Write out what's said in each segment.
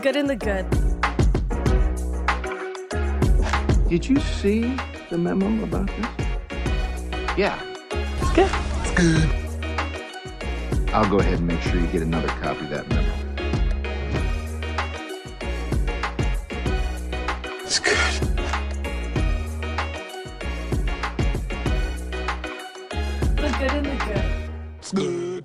good and the good. Did you see the memo about this? Yeah, It's good. I'll go ahead and make sure you get another copy of that memo. It's good. The good and the good. It's good.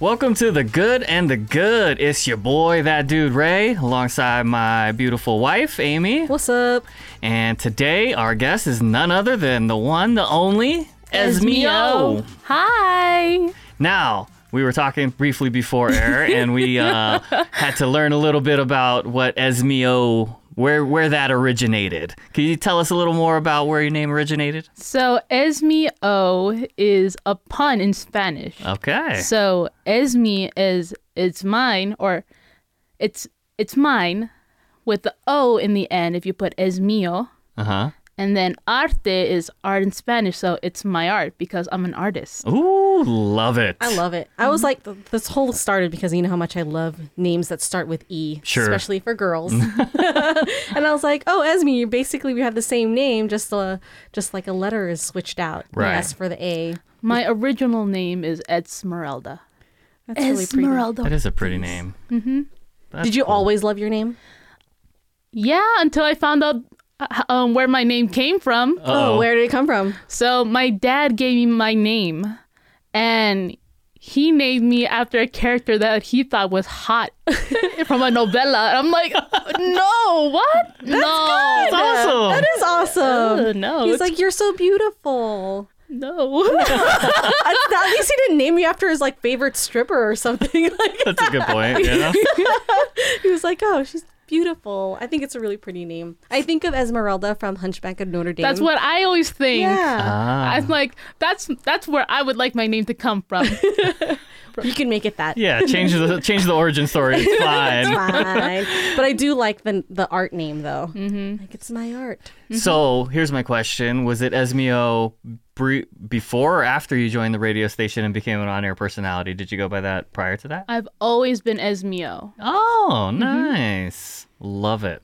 Welcome to the good and the good. It's your boy, that dude Ray, alongside my beautiful wife, Amy. What's up? And today, our guest is none other than the one, the only, Esmeo. Hi. Now, we were talking briefly before air, and we uh, had to learn a little bit about what Esmeo, where where that originated. Can you tell us a little more about where your name originated? So Esme O is a pun in Spanish. Ah, Okay. So Esme is it's mine or it's it's mine with the O in the end if you put es mío. Uh huh. And then arte is art in Spanish, so it's my art because I'm an artist. Ooh, love it. I love it. I was like, th- this whole started because you know how much I love names that start with E, Sure. especially for girls. and I was like, oh, Esme, you basically we have the same name, just uh, just like a letter is switched out. The Right. S for the A. My original name is Esmeralda. That's really pretty. That is a pretty name. Did you always love your name? Yeah, until I found out uh, h- um, where my name came from. oh where did it come from? So my dad gave me my name, and he named me after a character that he thought was hot from a novella. I'm like, no, what? no, That's awesome. Oh, That is awesome. Uh, no, Um, He's it's- like, you're so beautiful. no. At at least he didn't name you after his like favorite stripper or something. Like That's a good point. Yeah. he was like, oh, she's beautiful. I think it's a really pretty name. I think of Esmeralda from Hunchback of Notre Dame. That's what I always think. Yeah. Ah. I'm like, that's that's where I would like my name to come from. you can make it that. Uh-huh. Yeah, change the change the origin story. It's fine. Fine. but I do like the the art name though. Mm-hmm. Like it's my art. So here's my question: Was it Esmeo bre- before or after you joined the radio station and became an on-air personality? Did you go by that prior to that? I've always been Esmio. Oh, nice. Love it.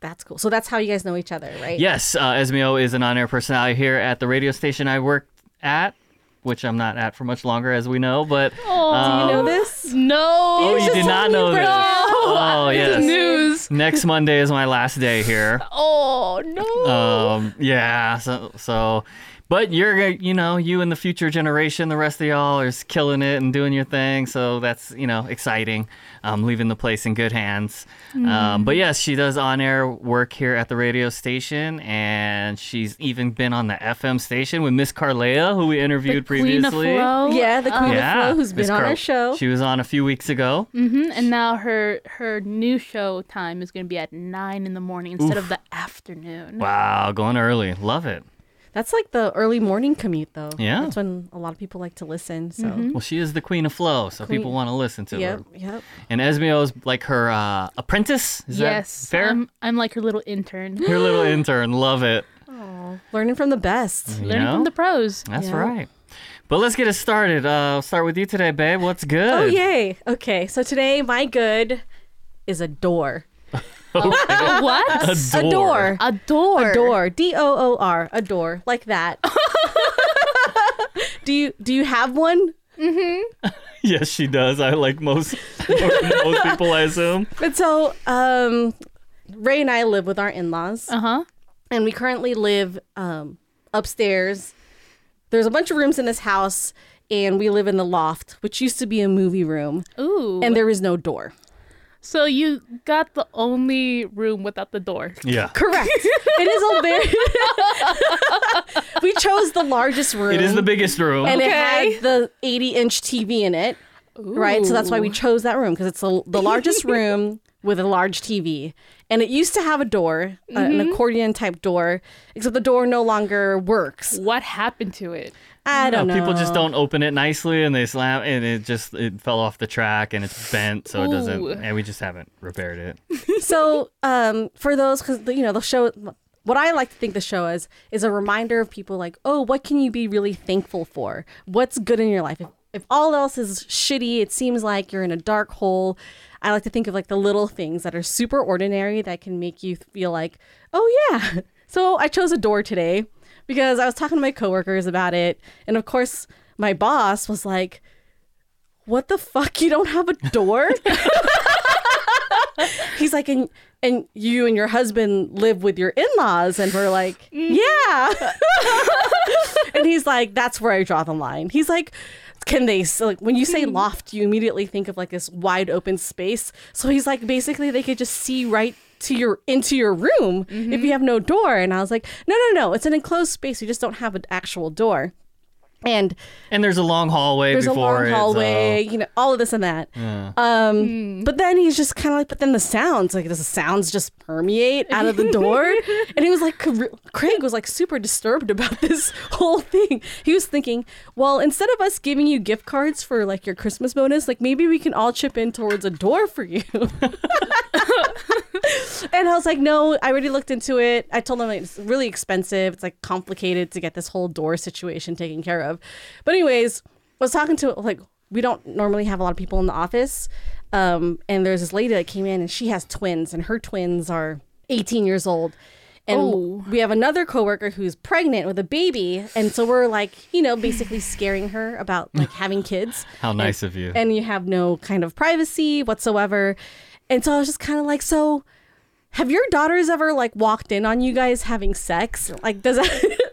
That's cool. So that's how you guys know each other, right? Yes, uh, Esmeo is an on-air personality here at the radio station I worked at, which I'm not at for much longer, as we know. But Oh, You know um, this? no. oh, you did not know this. Oh, yes. News. Next Monday is my last day here. Oh, no. Um, yeah, so so but you're gonna- you know, you and the future generation, the rest of y'all are s- killing it and doing your thing, so that's, you know, exciting. Um leaving the place in good hands. Um Mm. but yes, she does on-air work here at the radio station and she's even been on the FM station with Miss Carlea who we interviewed Queen of previously. Flow. Yeah, the Queen of Yeah, Flow, who's Miss been on Carl- our show. Mm. She was on a few weeks ago. hmm And now her her new show time is going to be at nine in the morning instead of the afternoon. Wow, going early. Love it. That's like the early morning commute though. Yeah. That's when a lot of people like to listen. So Mm-hmm. Well, she is the queen of flow, so people want to listen to Yep, her. yep. And Esmeo's like her uh, apprentice. Is yes, that fair? Um, I'm, I'm like her little intern, her little intern, love it. Learning from the best. You learning know? from the pros. That's Yeah. right. But let's get it started. Uh, I'll start with you today, babe. What's good? Oh yay. Okay. So today my good is a door. Oh, what? Door. A door. A door. A door. D O O R. A door. Like that. do you do you have one? Yes, she does. I like most most people, I assume. But so, um, Ray and I live with our in laws, Uh huh. and we currently live um, upstairs. There's a bunch of rooms in this house, and we live in the loft, which used to be a movie room, Ooh. and there is no door. so you got the only room without the door. Yeah. Correct. it is a very. we chose the largest room. It is the biggest room. and Okay. it had the 80 inch TV in it, right? So that's why we chose that room because it's the, the largest room with a large TV. And it used to have a door, uh, an accordion type door, except the door no longer works. What happened to it? I don't know. Uh, People just don't open it nicely, and they slam, and it just it fell off the track, and it's bent, so it doesn't. Ooh. And we just haven't repaired it. so um, for those, because you know the show, what I like to think the show is is a reminder of people like, oh, what can you be really thankful for? What's good in your life? If if all else is shitty, it seems like you're in a dark hole. I like to think of like the little things that are super ordinary that can make you feel like, oh yeah. So I chose a door today because I was talking to my coworkers about it, and of course my boss was like, "What the fuck? You don't have a door?" He's like, and and you and your husband live with your in-laws, and we're like, yeah. And he's like, that's where I draw the line. He's like, can they so, like when you say loft, you immediately think of like this wide open space. So he's like, basically, they could just see right to your into your room if you have no door. And I was like, no, no, no, it's an enclosed space. You just don't have an actual door. And And there's a long hallway there's a before long it. so- hallway, you know, all of this and that. Um, But then he's just kind of like, but then the sounds, like, does the sounds just permeate out of the door? and he was like, Craig was like super disturbed about this whole thing. He was thinking, well, instead of us giving you gift cards for like your Christmas bonus, like maybe we can all chip in towards a door for you. And I was like, no, I already looked into it. I told him like, it's really expensive. It's like complicated to get this whole door situation taken care of. But anyways, I was talking to like we don't normally have a lot of people in the office. Um, and there's this lady that came in and she has twins and her twins are 18 years old. And Oh. we have another coworker who's pregnant with a baby. And so we're like, you know, basically scaring her about like having kids How nice of you. and you have no kind of privacy whatsoever. And so I was just kind of like, so have your daughters ever like walked in on you guys having sex? Like, does that?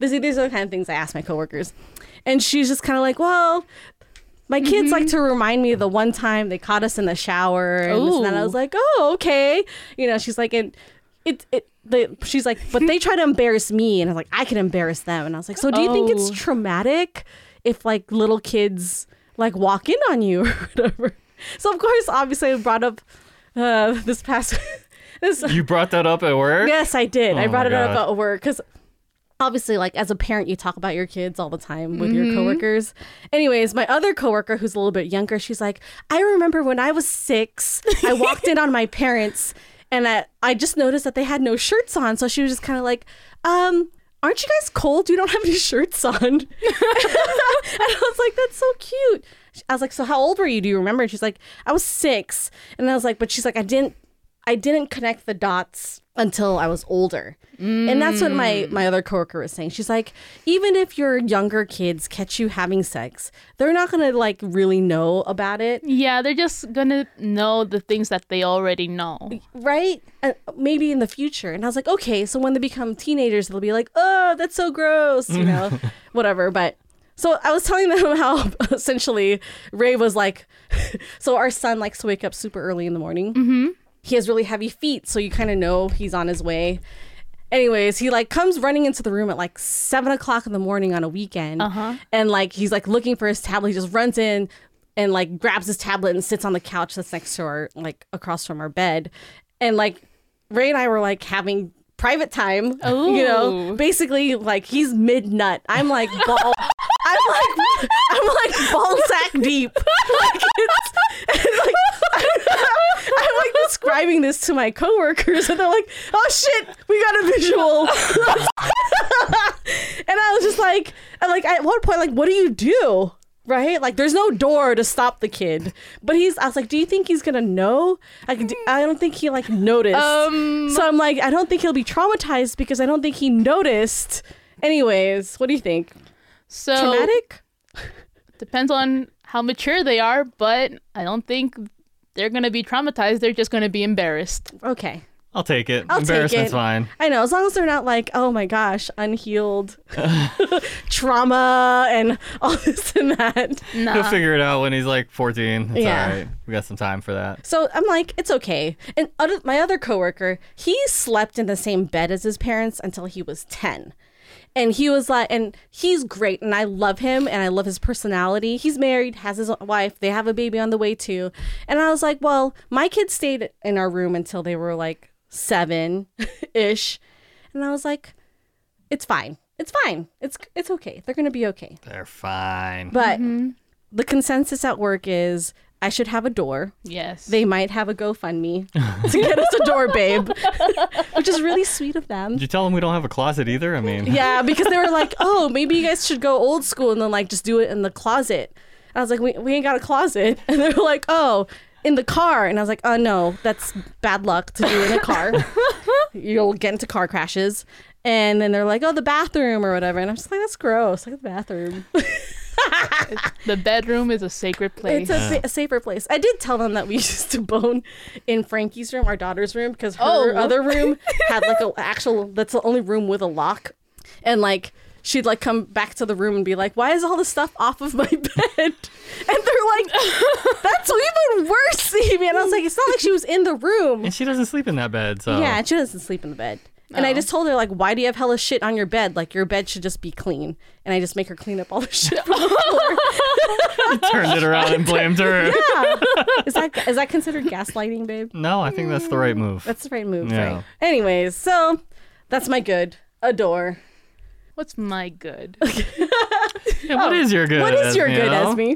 These these are the kind of things I ask my coworkers, and she's just kind of like, well. My kids like to remind me of the one time they caught us in the shower, and, this and that. I Ooh. was like, "Oh, okay." You know, she's like, "And it, it." The, she's like, "But they try to embarrass me," and I was like, "I can embarrass them." And I was like, "So do you think it's Oh. traumatic if like little kids like walk in on you or whatever. So of course, obviously, I brought up uh, this past this. you brought that up at work? Yes, I did. I Oh brought my it up God. at work because obviously, like as a parent, you talk about your kids all the time with your coworkers. Anyways, my other coworker who's a little bit younger, she's like, I remember when I was six, I walked in on my parents, and I I just noticed that they had no shirts on, so she was just kind of like, um. Aren't you guys cold? You don't have any shirts on. and I was like, that's so cute. I was like, so how old were you? Do you remember? And she's like, I was six. And I was like, but she's like, I didn't I didn't connect the dots until I was older. And that's what my my other coworker was saying. She's like, even if your younger kids catch you having sex, they're not going to like really know about it, Yeah, they're just gonna know the things that they already know. right? Uh, maybe in the future. And I was like, okay, so when they become teenagers, they'll be like, "Oh, that's so gross," you know, whatever, but so I was telling them how essentially Ray was like, so our son likes to wake up super early in the morning. Mm-hmm. He has really heavy feet, so you kind of know he's on his way. Anyways, he like comes running into the room at like seven o'clock in the morning on a weekend, uh-huh. and like he's like looking for his tablet. He just runs in and like grabs his tablet and sits on the couch that's next to our like across from our bed, and like Ray and I were like having private time. You know, Ooh. basically like he's mid nut. I'm like ball. I'm like I'm like ball sack deep. Like it's, it's like I'm like describing this to my coworkers, and they're like, "Oh shit, we got a visual." and I was just like, and like at one point, like, what do you do? Right? Like, there's no door to stop the kid. But he's, I was like, do you think he's gonna know? Like, do, I don't think he like noticed. Um. so I'm like, I don't think he'll be traumatized because I don't think he noticed. Anyways, what do you think? So Traumatic? depends on how mature they are, but I don't think they're gonna be traumatized. They're just gonna be embarrassed. Okay. I'll take it. I'll take Embarrassment's it. fine. I know, as long as they're not like, oh my gosh, unhealed trauma and all this and that. He'll Nah. figure it out when he's like 14. It's Yeah. all right. We got some time for that. So I'm like, it's okay. And other, my other coworker, he slept in the same bed as his parents until he was 10. And he was like, and he's great, and I love him, and I love his personality. He's married, has his wife, they have a baby on the way too. And I was like, well, my kids stayed in our room until they were like seven ish. And I was like, it's fine. It's fine. It's it's okay. They're gonna be okay. They're fine. But the consensus at work is I should have a door Yes. they might have a GoFundMe to get us a door, babe, which is really sweet of them. Did you tell him we don't have a closet either? I mean, Yeah, because they were like, oh, maybe you guys should go old school and then like just do it in the closet. I was like, we, we ain't got a closet. And they were like, oh, in the car. And I was like, oh, no, that's bad luck to do in a car. You'll get into car crashes. And then they're like, oh, the bathroom or whatever. And I'm just like, that's gross. Like, the bathroom. The bedroom is a sacred place. It's a, sa- a safer place. I did tell them that we used to bone in Frankie's room, our daughter's room, because her Oh. other room had like a actual. That's the only room with a lock, and like she'd like come back to the room and be like, "Why is all the stuff off of my bed?" And they're like, "That's even worse, Evie." And I was like, "It's not like she was in the room." And she doesn't sleep in that bed, so Yeah, and she doesn't sleep in the bed. And I just told her like, "Why do you have hella shit on your bed? Like your bed should just be clean." And I just make her clean up all the shit from the floor. turned it around and blamed her. is that is that considered gaslighting, babe? No, I think that's the right move. That's the right move, Yeah. right? Anyways, so that's my good. Adore. What's my good? Yeah, what is your good? oh. What is your good, Esme?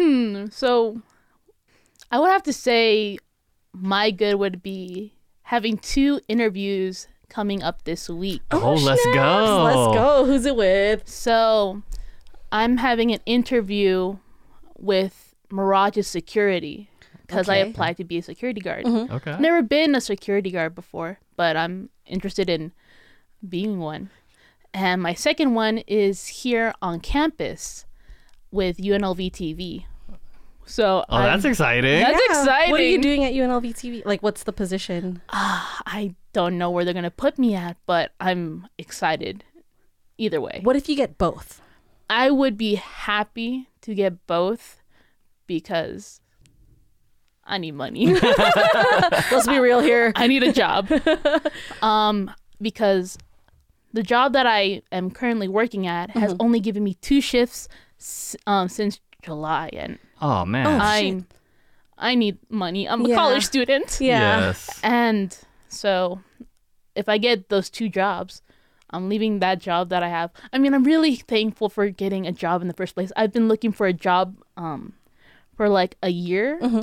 Esme? So I would have to say my good would be having two interviews coming up this week. Oh, let's go. Let's go. Who's it with? So I'm having an interview with Mirage's security because I Okay. Mm-hmm. applied to be a security guard. Okay. I've never been a security guard before, but I'm interested in being one. And my second one is here on campus with UNLV TV. So Oh, that's I'm- exciting. That's exciting. What are you doing at UNLV TV? Like, what's the position? I don't know where they're gonna put me at, but I'm excited. Either way, What if you get both? I would be happy to get both because I need money. Let's be real here. I need a job. um, because the job that I am currently working at has Mm-hmm. only given me two shifts s- um, since July, and oh man. I I need money. I'm a Yeah. college student, Yeah. Yes. and so if I get those two jobs. I'm leaving that job that I have. I mean, I'm really thankful for getting a job in the first place. I've been looking for a job um, for like a year, Mm-hmm.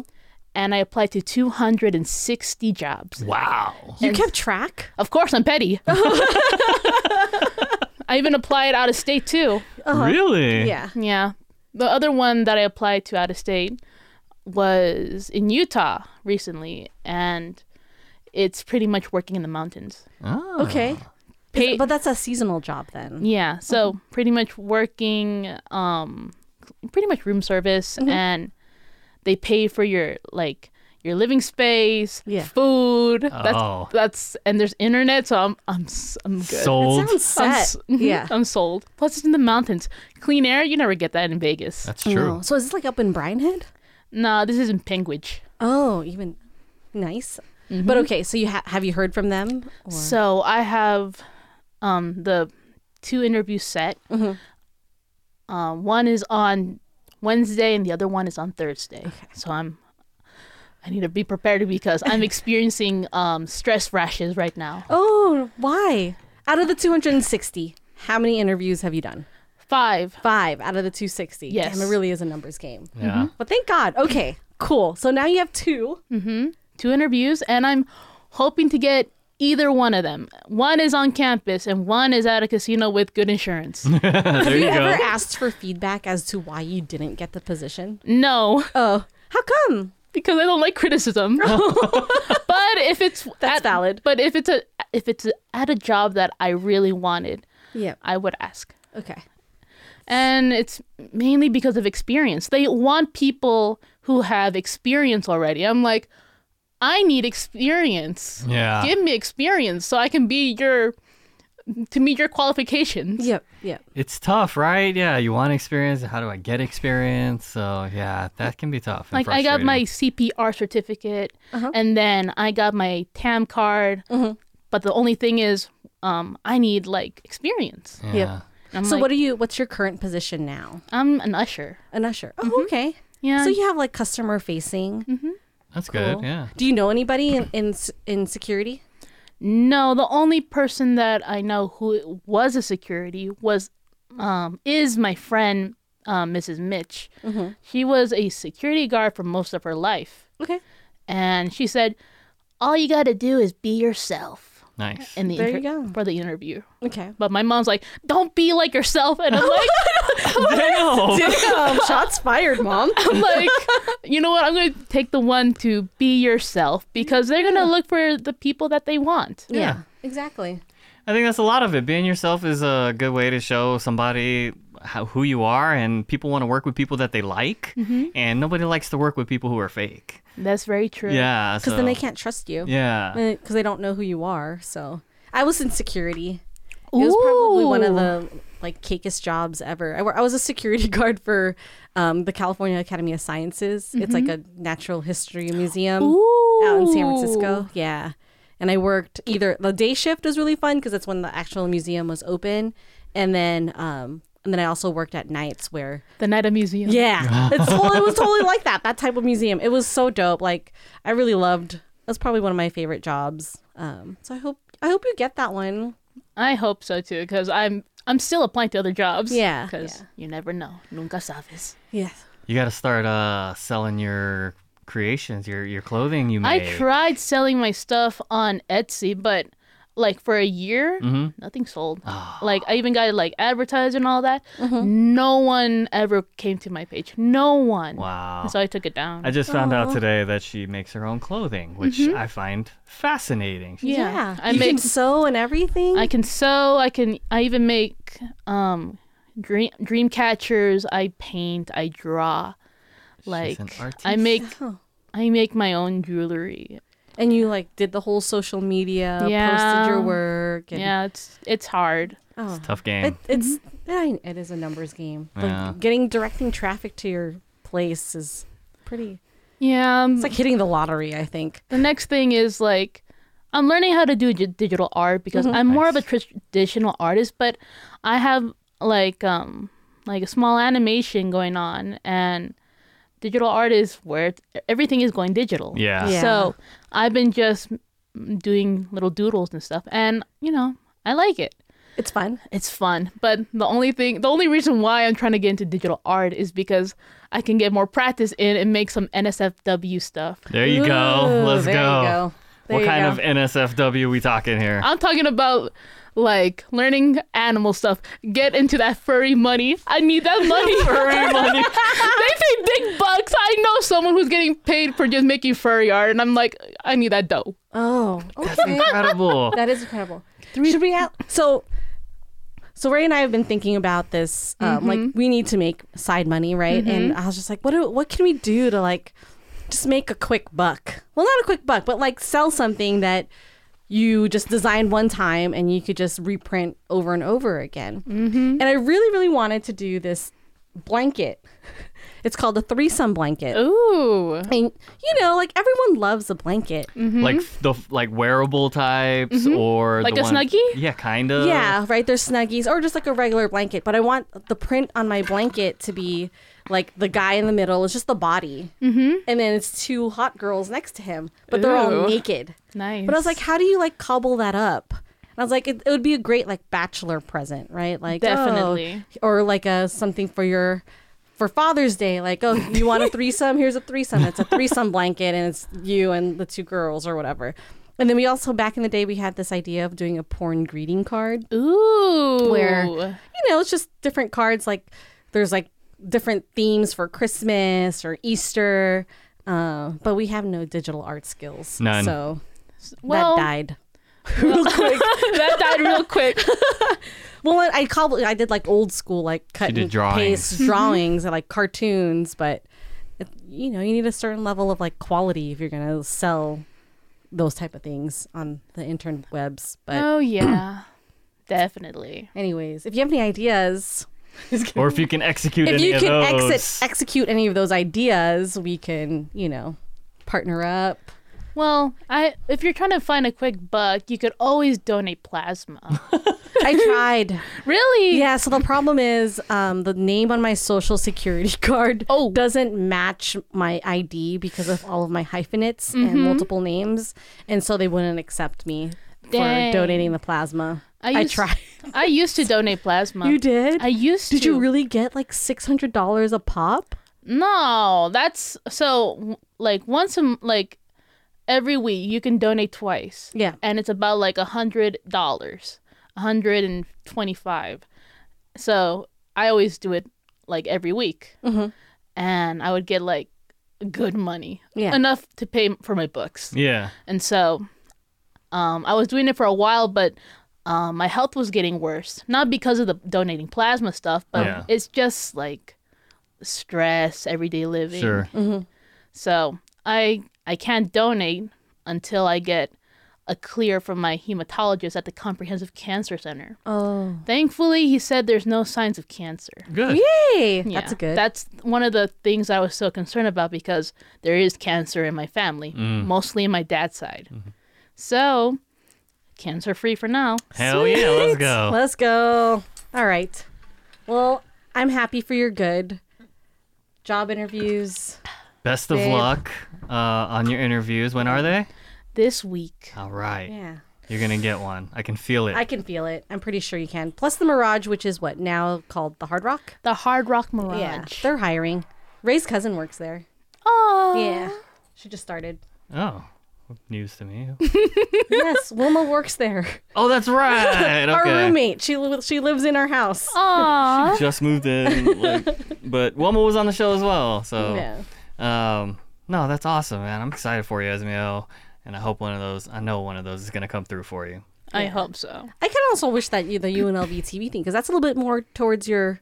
and I applied to 260 jobs. Wow. You kept track? Of course, I'm petty. I even applied out of state too. Really? Uh-huh. Yeah. Yeah. The other one that I applied to out of state was in Utah recently, and it's pretty much working in the mountains. Oh. Okay. Pay- But that's a seasonal job then. yeah, so pretty much working, um, pretty much room service, and they pay for your like your living space, Yeah. food. Oh. That's that's and there's internet, so I'm I'm s- I'm good. Sold. Sounds I'm set. s- mhm, Yeah. I'm sold. Plus, it's in the mountains. Clean air, you never get that in Vegas. That's true. Oh, so is this like up in Brianhead? no, this is in Penguich. Oh, even nice. Mm-hmm. But okay, so you ha- have you heard from them? Or- So I have um, the two interviews set. Mm-hmm. Uh, one is on Wednesday, and the other one is on Thursday. So I'm. I need to be prepared because I'm experiencing um, stress rashes right now. Oh, why? Out of the 260, how many interviews have you done? Five. Five out of the 260. Yes. Damn, it really is a numbers game. Yeah. Mm-hmm. But thank God. Okay, cool. So now you have two. two interviews, and I'm hoping to get either one of them. One is on campus, and one is at a casino with good insurance. have you, you go. ever asked for feedback as to why you didn't get the position? no, Oh, how come? because I don't like criticism. but if it's That's at, valid. but if it's a if it's at a job that I really wanted, Yeah. I would ask. Okay. And it's mainly because of experience. They want people who have experience already. I'm like, I need experience. Yeah. Give me experience so I can be your to meet your qualifications. Yep. Yep. It's tough, right? Yeah. You want experience. How do I get experience? So yeah, that can be tough. and like I got frustrating. my CPR certificate Uh-huh. and then I got my TAM card. Mm-hmm. But the only thing is, um, I need like experience. Yeah. Yep. so what are you? What's your current position now? I'm an usher. An usher. Oh, okay. Mm-hmm. Yeah. So you have like customer facing. That's Cool. good. Yeah. Do you know anybody in in, s- in security? No, the only person that I know who was a security was, um, is my friend, um, Mrs. Mitch. Mm-hmm. She was a security guard for most of her life, Okay. and she said, "All you got to do is be yourself." Nice. In the There you inter- go. for the interview. Okay. Oh. But my mom's like, don't be like yourself. And I'm like, Damn. Um, shots fired, mom. I'm like, you know what? I'm gonna take the one to be yourself because they're gonna look for the people that they want. Yeah. exactly. I think that's a lot of it. Being yourself is a good way to show somebody how, who you are, and people want to work with people that they like, Mm-hmm. and nobody likes to work with people who are fake. That's very true. Yeah, Because then they can't trust you. Yeah, Because they don't know who you are. So I was in security. It was probably one of Ooh. the like cakest jobs ever. I, wor- I was a security guard for um, the California Academy of Sciences. It's like a natural history museum out in San Francisco. Yeah. And I worked either the day shift was really fun because that's when the actual museum was open, and then um, and then I also worked at nights where The night of museum. yeah, it's totally, it was totally like that. That type of museum. It was so dope. Like I really loved. That's probably one of my favorite jobs. Um, so I hope I hope you get that one. I hope so too, because I'm I'm still applying to other jobs. Yeah, Because yeah. you never know. Nunca sabes. Yeah. you got to start uh, selling your creations, your your clothing you I made. tried selling my stuff on Etsy, but like for a year, Mm-hmm. nothing sold. Ah. Like I even got like advertised and all that. No one ever came to my page. No one. Wow. And so I took it down. I just found out today that she makes her own clothing, which I find fascinating. She- Mm-hmm. yeah. I you make can sew and everything. I can sew. I can. I even make um, dream dream catchers. I paint. I draw. Like an I make. I make my own jewelry. and you like did the whole social media, Yeah. posted your work. And, Yeah, Mm-hmm. it's it's hard. Oh. Tough game. It, it's yeah, it is a numbers game. Like, Yeah. getting directing traffic to your place is pretty. Yeah. um, It's like hitting the lottery. I think. the next thing is like I'm learning how to do di- digital art because I'm more of a tr- traditional artist, but I have like um like a small animation going on and digital art is where it- everything is going digital. yeah. Yeah. So I've been just mm, doing little doodles and stuff, and you know I like it. It's fun. It's fun, but the only thing, the only reason why I'm trying to get into digital art is because I can get more practice in and make some NSFW stuff. There you go. Ooh, Let's there you go. go. There what you kind go. of NSFW we talking here? I'm talking about like learning animal stuff. Get into that furry money. I need that money. furry money. they pay big bucks. I know someone who's getting paid for just making furry art, and I'm like, I need that dough. Oh, That's incredible. That is incredible. Should we out? So, so Ray and I have been thinking about this. Um, Like, we need to make side money, right? And I was just like, what do, what can we do to like just make a quick buck? Well, not a quick buck, but like sell something that you just designed one time and you could just reprint over and over again. Mm-hmm. And I really, really wanted to do this blanket. It's called a threesome blanket. Ooh. And you know, like everyone loves a blanket. Like f- the f- like wearable types or Like the a one- Snuggie? Yeah, kind of. Mm-hmm. Yeah, right. There's snuggies or just like a regular blanket. But I want the print on my blanket to be like the guy in the middle is just the body, mm-hmm. and then it's two hot girls next to him, but they're all Ooh. naked. Nice. But I was like, how do you like cobble that up? And I was like, it, it would be a great like bachelor present, right? Like oh, Definitely. or like a something for your. For Father's Day, like, oh, you want a threesome? Here's a threesome. It's a threesome blanket, and it's you and the two girls or whatever. And then we also, back in the day, we had this idea of doing a porn greeting card ooh. where you know it's just different cards like there's like different themes for christmas or easter uh, but we have no digital art skills None. so Well- that died that died real quick. well i, I cobbled i did like old school like cut did and drawings. paste drawings and like cartoons but it, you know you need a certain level of like quality if you're gonna sell those type of things on the interwebs but Oh yeah. Definitely. anyways if you have any ideas Or if you can execute if any you of can those. exit, execute any of those ideas, we can, you know, partner up. Well, I if you're trying to find a quick buck, you could always donate plasma. I tried. really? Yeah, so the problem is um, the name on my social security card Oh. doesn't match my ID because of all of my hyphenates Mm-hmm. and multiple names. And so they wouldn't accept me Dang. for donating the plasma. I, used- tried. I used to donate plasma. You did? I used Did to. you really get like $600 a pop? No, that's so w- like once a m- like every week you can donate twice. Yeah. and it's about like a hundred dollars, a hundred and twenty-five. So I always do it like every week, Mm-hmm. and I would get like good money, Yeah. enough to pay for my books. Yeah. And so um, I was doing it for a while, but um, my health was getting worse. Not because of the donating plasma stuff, but Yeah. it's just like stress, everyday living. Sure. Mm-hmm. So I I can't donate until I get a clear from my hematologist at the Comprehensive Cancer Center. Oh. Thankfully, he said there's no signs of cancer. Good. Yay. Yeah, That's a good. That's one of the things I was so concerned about because there is cancer in my family, mostly in my dad's side. So, cancer free for now. Hell Oh, yeah, let's Sweet. go. Let's go. All right. Well, I'm happy for your good job interviews. Best of Babe. luck uh, on your interviews. When are they? This week, All right. Yeah. You're going to get one. I can feel it. I can feel it. I'm pretty sure you can. Plus the Mirage, which is what now called the Hard Rock. the Hard Rock Yeah. Mirage. They're hiring. Ray's cousin works there. oh, Yeah. She just started. oh, news to me. yes, Wilma works there. Oh, that's right. Okay. Our roommate. She li- she lives in our house. Aw. Just moved in. Like, but Wilma was on the show as well. So, Yeah. um, no, that's awesome, man. I'm excited for you, Esmeo. And I hope one of those, I know one of those is going to come through for you. I hope so. I kind of also wish that you, the UNLV TV thing, because that's a little bit more towards your,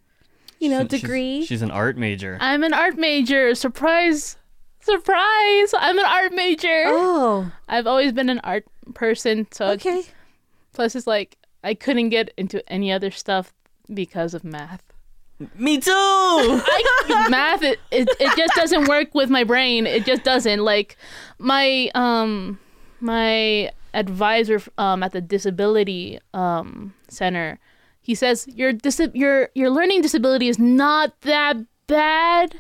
you know, She's- degree. She's, an art major. I'm an art major. Surprise. Surprise. I'm an art major. oh, I've always been an art person. So, it's- okay. plus, it's like I couldn't get into any other stuff because of math. Me too. I, math it, it it just doesn't work with my brain. It just doesn't like my um my advisor um at the disability um center. He says your dis- your your learning disability is not that bad,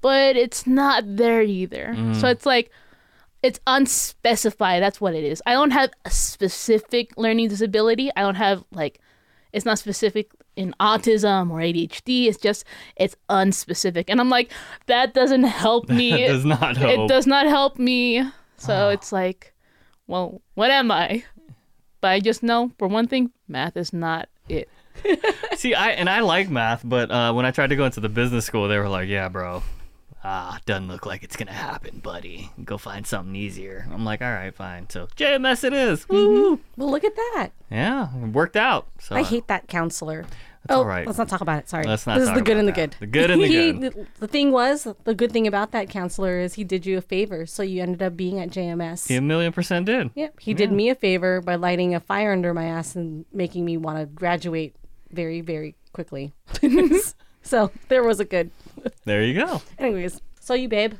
but it's not there either. So it's like it's unspecified. That's what it is. I don't have a specific learning disability. I don't have like it's not specific in autism or ADHD. It's just it's unspecific. And I'm like, that doesn't help me. That does not it help. does not help me. So it's like, well, what am I? But I just know for one thing, math is not it. See, I and I like math, but uh, when I tried to go into the business school, they were like, "Yeah, bro, ah, doesn't look like it's gonna happen, buddy. Go find something easier." I'm like, "All right, fine." So JMS it is. Woo! Well, look at that. Yeah, it worked out. So I hate that counselor. That's oh, all right. let's not talk about it. Sorry. Let's not This talk is the good about and the that. good. The good and the He- good. The, the thing was, the good thing about that counselor is he did you a favor, so you ended up being at JMS. He a million percent did. Yep. He did me a favor by lighting a fire under my ass and making me want to graduate very, very quickly. so there was a good. There you go, Anyways, so you, babe,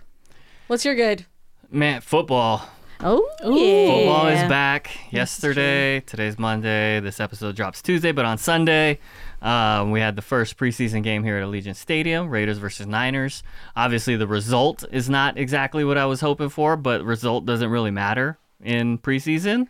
what's your good? man. Football. Oh, Football yeah. is back. Yesterday, today's Monday. This episode drops Tuesday, but on Sunday, um, we had the first preseason game here at Allegiant Stadium, Raiders versus Niners. Obviously, the result is not exactly what I was hoping for, but result doesn't really matter in preseason.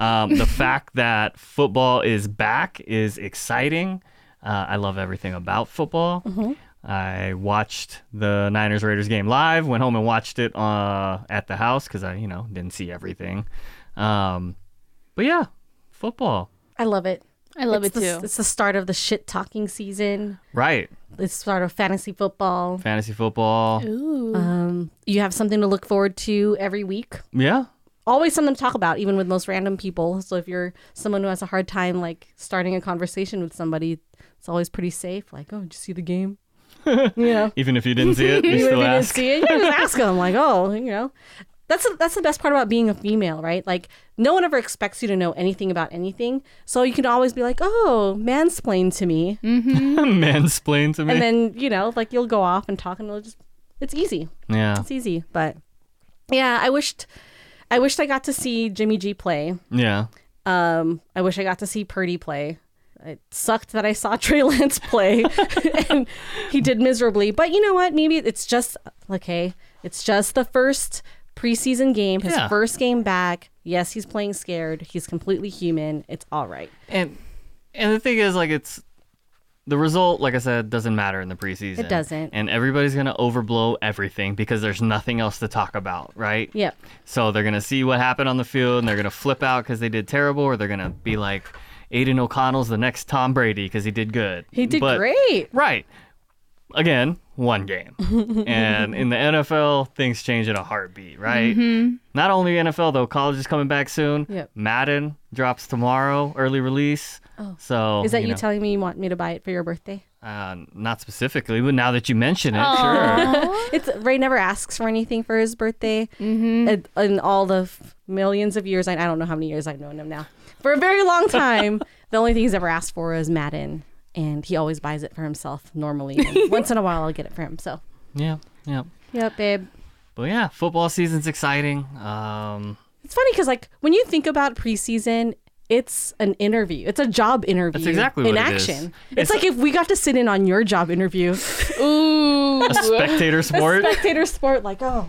Um, the fact that football is back is exciting. Uh, I love everything about football. Mm-hmm. I watched the Niners Raiders game live. Went home and watched it uh, at the house because I, you know, didn't see everything. Um, but yeah, football, I love it. I love it's it the, too. It's the start of the shit talking season. right? It's the start of fantasy football. Fantasy football, Um, you have something to look forward to every week. yeah, Always something to talk about, even with most random people. So if you're someone who has a hard time like starting a conversation with somebody, it's always pretty safe. Like, oh, did you see the game? you know, even if you didn't see it, you even if you still didn't ask. see it, you just ask them. Like, oh, you know, that's that's the best part about being a female, right? Like, no one ever expects you to know anything about anything, so you can always be like, oh, mansplain to me, Mm. Mansplain to me. and then you know, like you'll go off and talk, and it'll just it's easy yeah, it's easy but yeah i wished i wished i got to see jimmy g play yeah. um i wish i got to see purdy play it sucked that i saw trey lance play and he did miserably but you know what maybe it's just okay it's just the first preseason game his Yeah. first game back yes he's playing scared he's completely human it's all right And and the thing is, like, it's the result. Like I said, doesn't matter in the preseason. It doesn't. And everybody's gonna overblow everything because there's nothing else to talk about, right? yep So they're gonna see what happened on the field, and they're gonna flip out because they did terrible, or they're gonna be like, Aiden O'Connell's the next Tom Brady because he did good. he did But- great Right. again, one game. and in the NFL, things change in a heartbeat, right? Not only NFL, though, college is coming back soon. Yep. Madden drops tomorrow, early release. Oh. So Is that you, know, telling me you want me to buy it for your birthday? uh, not specifically, but now that you mention it, sure. it's Ray never asks for anything for his birthday. Mm-hmm. And, and all the f- millions of years, I, I don't know how many years I've known him now. For a very long time, the only thing he's ever asked for is Madden, and he always buys it for himself normally. And once in a while, I'll get it for him. So, Yeah, yeah. yep, babe. But yeah, football season's exciting. Um, It's funny because like when you think about preseason. It's an interview. It's a job interview. exactly in what it is. action. It's, It's- like if we got to sit in on your job interview, Ooh. a spectator sport. spectator sport. Like, oh,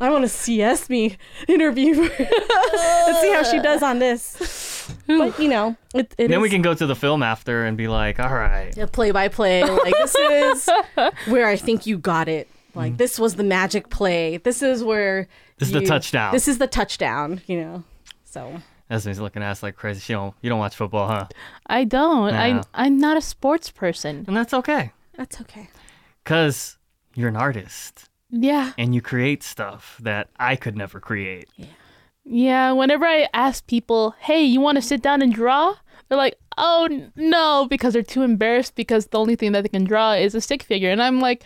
I want to see Esme interview. her. Let's see how she does on this. But you know, it, it then we is can go to the film after and be like, all right. a play by play. Like this is where I think you got it. Like this was the magic play. This is where Mm. This is the touchdown. This is the touchdown. You know, so Esme's looking at us like crazy. She don't, you don't watch football, huh? I don't. Yeah. I I'm not a sports person. And that's okay. that's okay. Because you're an artist Yeah. and you create stuff that I could never create. Yeah. Whenever I ask people, "Hey, you want to sit down and draw?" They're like, "Oh n- no," because they're too embarrassed because the only thing that they can draw is a stick figure, and I'm like,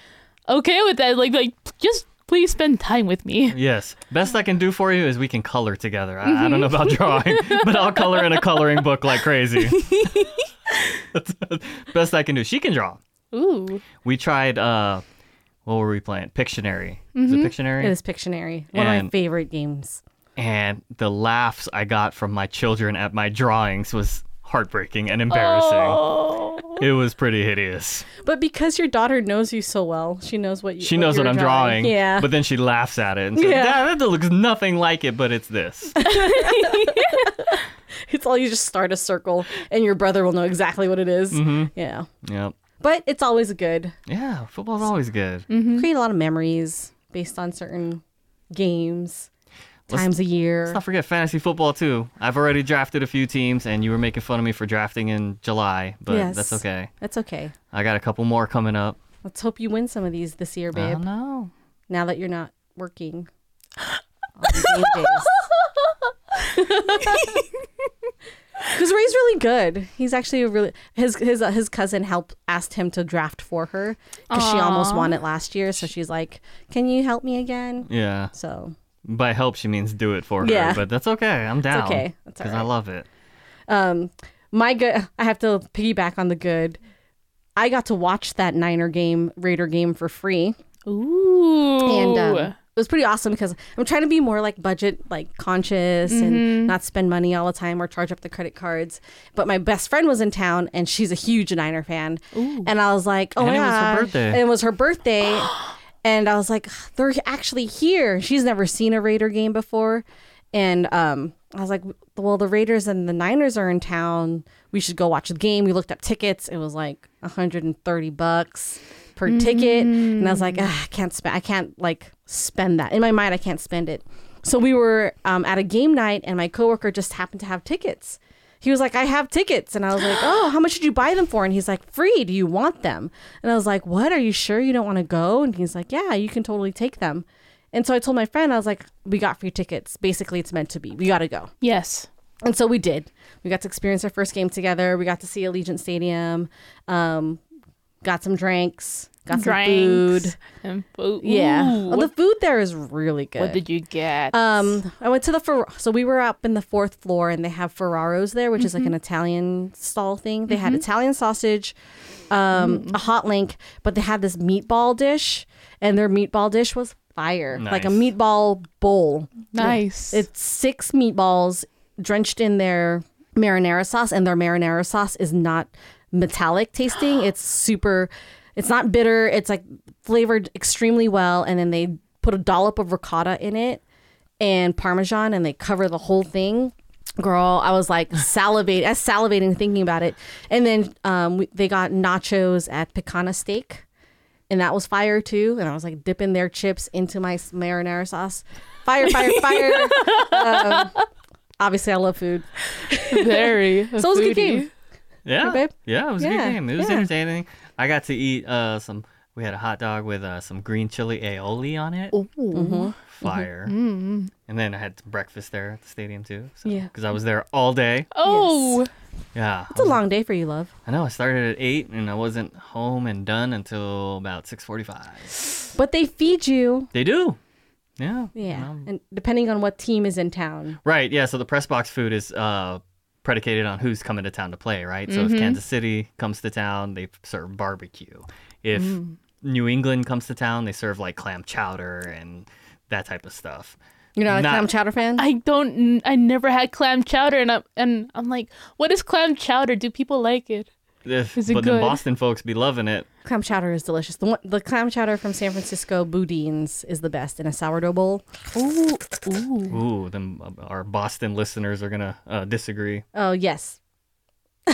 okay with that. Like like just please spend time with me. Yes. Best I can do for you is we can color together. I, I don't know about drawing, but I'll color in a coloring book like crazy. That's Best I can do. She can draw. Ooh. We tried, uh, what were we playing? Pictionary. Is it Pictionary? Mm-hmm. It is Pictionary, one of my And- favorite games. and the laughs I got from my children at my drawings was heartbreaking and embarrassing. Oh. It was pretty hideous. But because your daughter knows you so well, she knows what you. She knows what you're I'm drawing, Yeah, but then she laughs at it and says, Yeah. "That- that looks nothing like it, but it's this. It's all you just start a circle and your brother will know exactly what it is. Mm-hmm. Yeah. yep. But it's always good. Yeah, football's always good. Create a lot of memories based on certain games, Let's- times a year. Let's not forget fantasy football too. I've already drafted a few teams, and you were making fun of me for drafting in July, but Yes. that's okay. That's okay. I got a couple more coming up. Let's hope you win some of these this year, I babe. don't know. Now that you're not working. on game days. Because Ray's really good. He's actually a really his his uh, his cousin helped asked him to draft for her because she almost won it last year. So she's like, "Can you help me again?" Yeah. So By help, she means do it for her. Yeah. But that's okay. I'm down. okay. That's all I right. love it. um my good i have to piggyback on the good i got to watch that niner game raider game for free Ooh. and um, it was pretty awesome because i'm trying to be more like budget like conscious and not spend money all the time or charge up the credit cards but my best friend was in town and she's a huge niner fan and i was like oh my And it was her gosh. birthday. And it was her birthday and i was like they're actually here she's never seen a raider game before and um i was like well the raiders and the niners are in town we should go watch the game we looked up tickets it was like 130 bucks per ticket and i was like "Ah, i can't spend i can't like spend that in my mind i can't spend it so we were um, at a game night and my coworker just happened to have tickets he was like, I have tickets. And I was like, Oh, how much did you buy them for? And he's like, Free. Do you want them? And I was like, What? Are you sure you don't want to go? And he's like, Yeah, you can totally take them. And so I told my friend, I was like, We got free tickets. Basically, it's meant to be. We got to go. yes. And so we did. We got to experience our first game together. We got to see Allegiant Stadium, um, got some drinks, got some food. Drinks and food. Yeah. Ooh, Well, the what, food there is really good. what did you get? Um, I went to the Fer- so we were up in the fourth floor, and they have Ferraro's there, which is like an Italian stall thing. They had Italian sausage, um, a hot link, but they had this meatball dish, and their meatball dish was fire, like a Nice. meatball bowl. nice. It's six meatballs drenched in their marinara sauce, and their marinara sauce is not metallic tasting. It's super. It's not bitter. It's like flavored extremely well, and then they put a dollop of ricotta in it and parmesan, and they cover the whole thing. Girl, I was like salivate, I was salivating thinking about it. And then um, we, they got nachos at Picana Steak and that was fire too. And I was like dipping their chips into my s- marinara sauce. Fire, fire, fire. um, obviously, I love food. very. So it was a good game. Yeah. babe? Yeah, it was a Yeah, good game. It was yeah. entertaining. I got to eat uh, some We had a hot dog with uh, some green chili aioli on Oh, it. mm-hmm. Fire. And then I had some breakfast there at the stadium too. So, Yeah. Because I was there all day. Oh, Yeah. It's a long day for you, love. I know. I started at eight, and I wasn't home and done until about six forty-five. But they feed you. They do. Yeah. Yeah. And depending on what team is in town. Right. Yeah. So the press box food is uh, predicated on who's coming to town to play, right? So Mm-hmm. if Kansas City comes to town, they serve barbecue. If Mm. New England comes to town, they serve like clam chowder and that type of stuff. You're not a Not- clam chowder fan? I don't. I never had clam chowder, and I'm and I'm like, what is clam chowder? Do people like it? If, Is it but good? then Boston folks be loving it. clam chowder is delicious. The one, the clam chowder from San Francisco Boudin's is the best in a sourdough bowl. Ooh, ooh. Ooh, then our Boston listeners are gonna uh, disagree. Oh yes.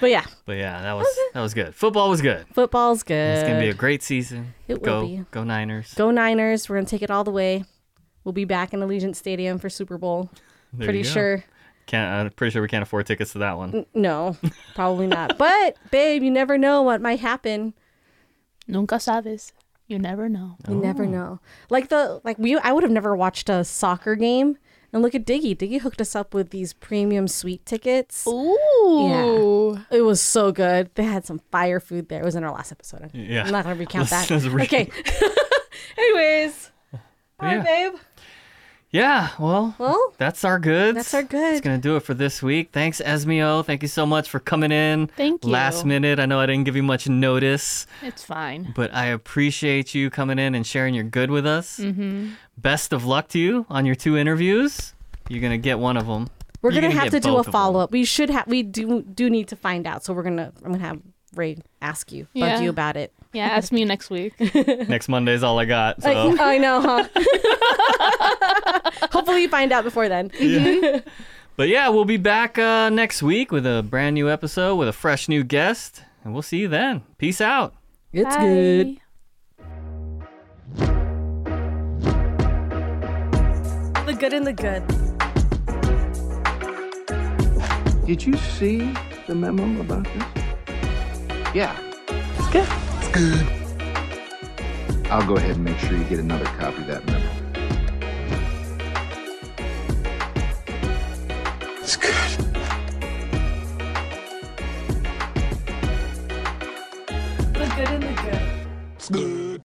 but yeah, But yeah, that was that was good. Football was good. football's good. It's gonna be a great season. It will go be. go Niners. Go Niners. We're gonna take it all the way. We'll be back in Allegiant Stadium for Super Bowl. There Pretty you go. sure. Mm. Can't, I'm pretty sure we can't afford tickets to that one. No, probably not. but babe, you never know what might happen. Nunca sabes. You never know. You Oh. never know. Like the like we I would have never watched a soccer game. And look at Diggy. Diggy hooked us up with these premium suite tickets. Oh. Ooh. It was so good. They had some fire food there. It was in our last episode. Yeah. I'm not gonna recount Let's- that. let's re- okay. Anyways. All right, Yeah. babe. Yeah, well, Well, that's our goods. that's our good. It's gonna do it for this week. Thanks, Esmeo. Thank you so much for coming in. Thank you. Last minute. I know I didn't give you much notice, It's fine. but I appreciate you coming in and sharing your good with us. Mm-hmm. Best of luck to you on your two interviews. You're gonna get one of them. We're gonna, have to do a follow up. up. We should have. We do do need to find out. So we're gonna. I'm gonna have Ray ask you, bug Yeah. you about it. Yeah, ask me next week. Next Monday's all I got. So. Like, I know, huh? Hopefully, you find out before then. But yeah, we'll be back uh, next week with a brand new episode with a fresh new guest, and we'll see you then. Peace out. It's Bye. The good and the good. Did you see the memo about this? Yeah. good. I'll go ahead and make sure you get another copy of that memo. It's good.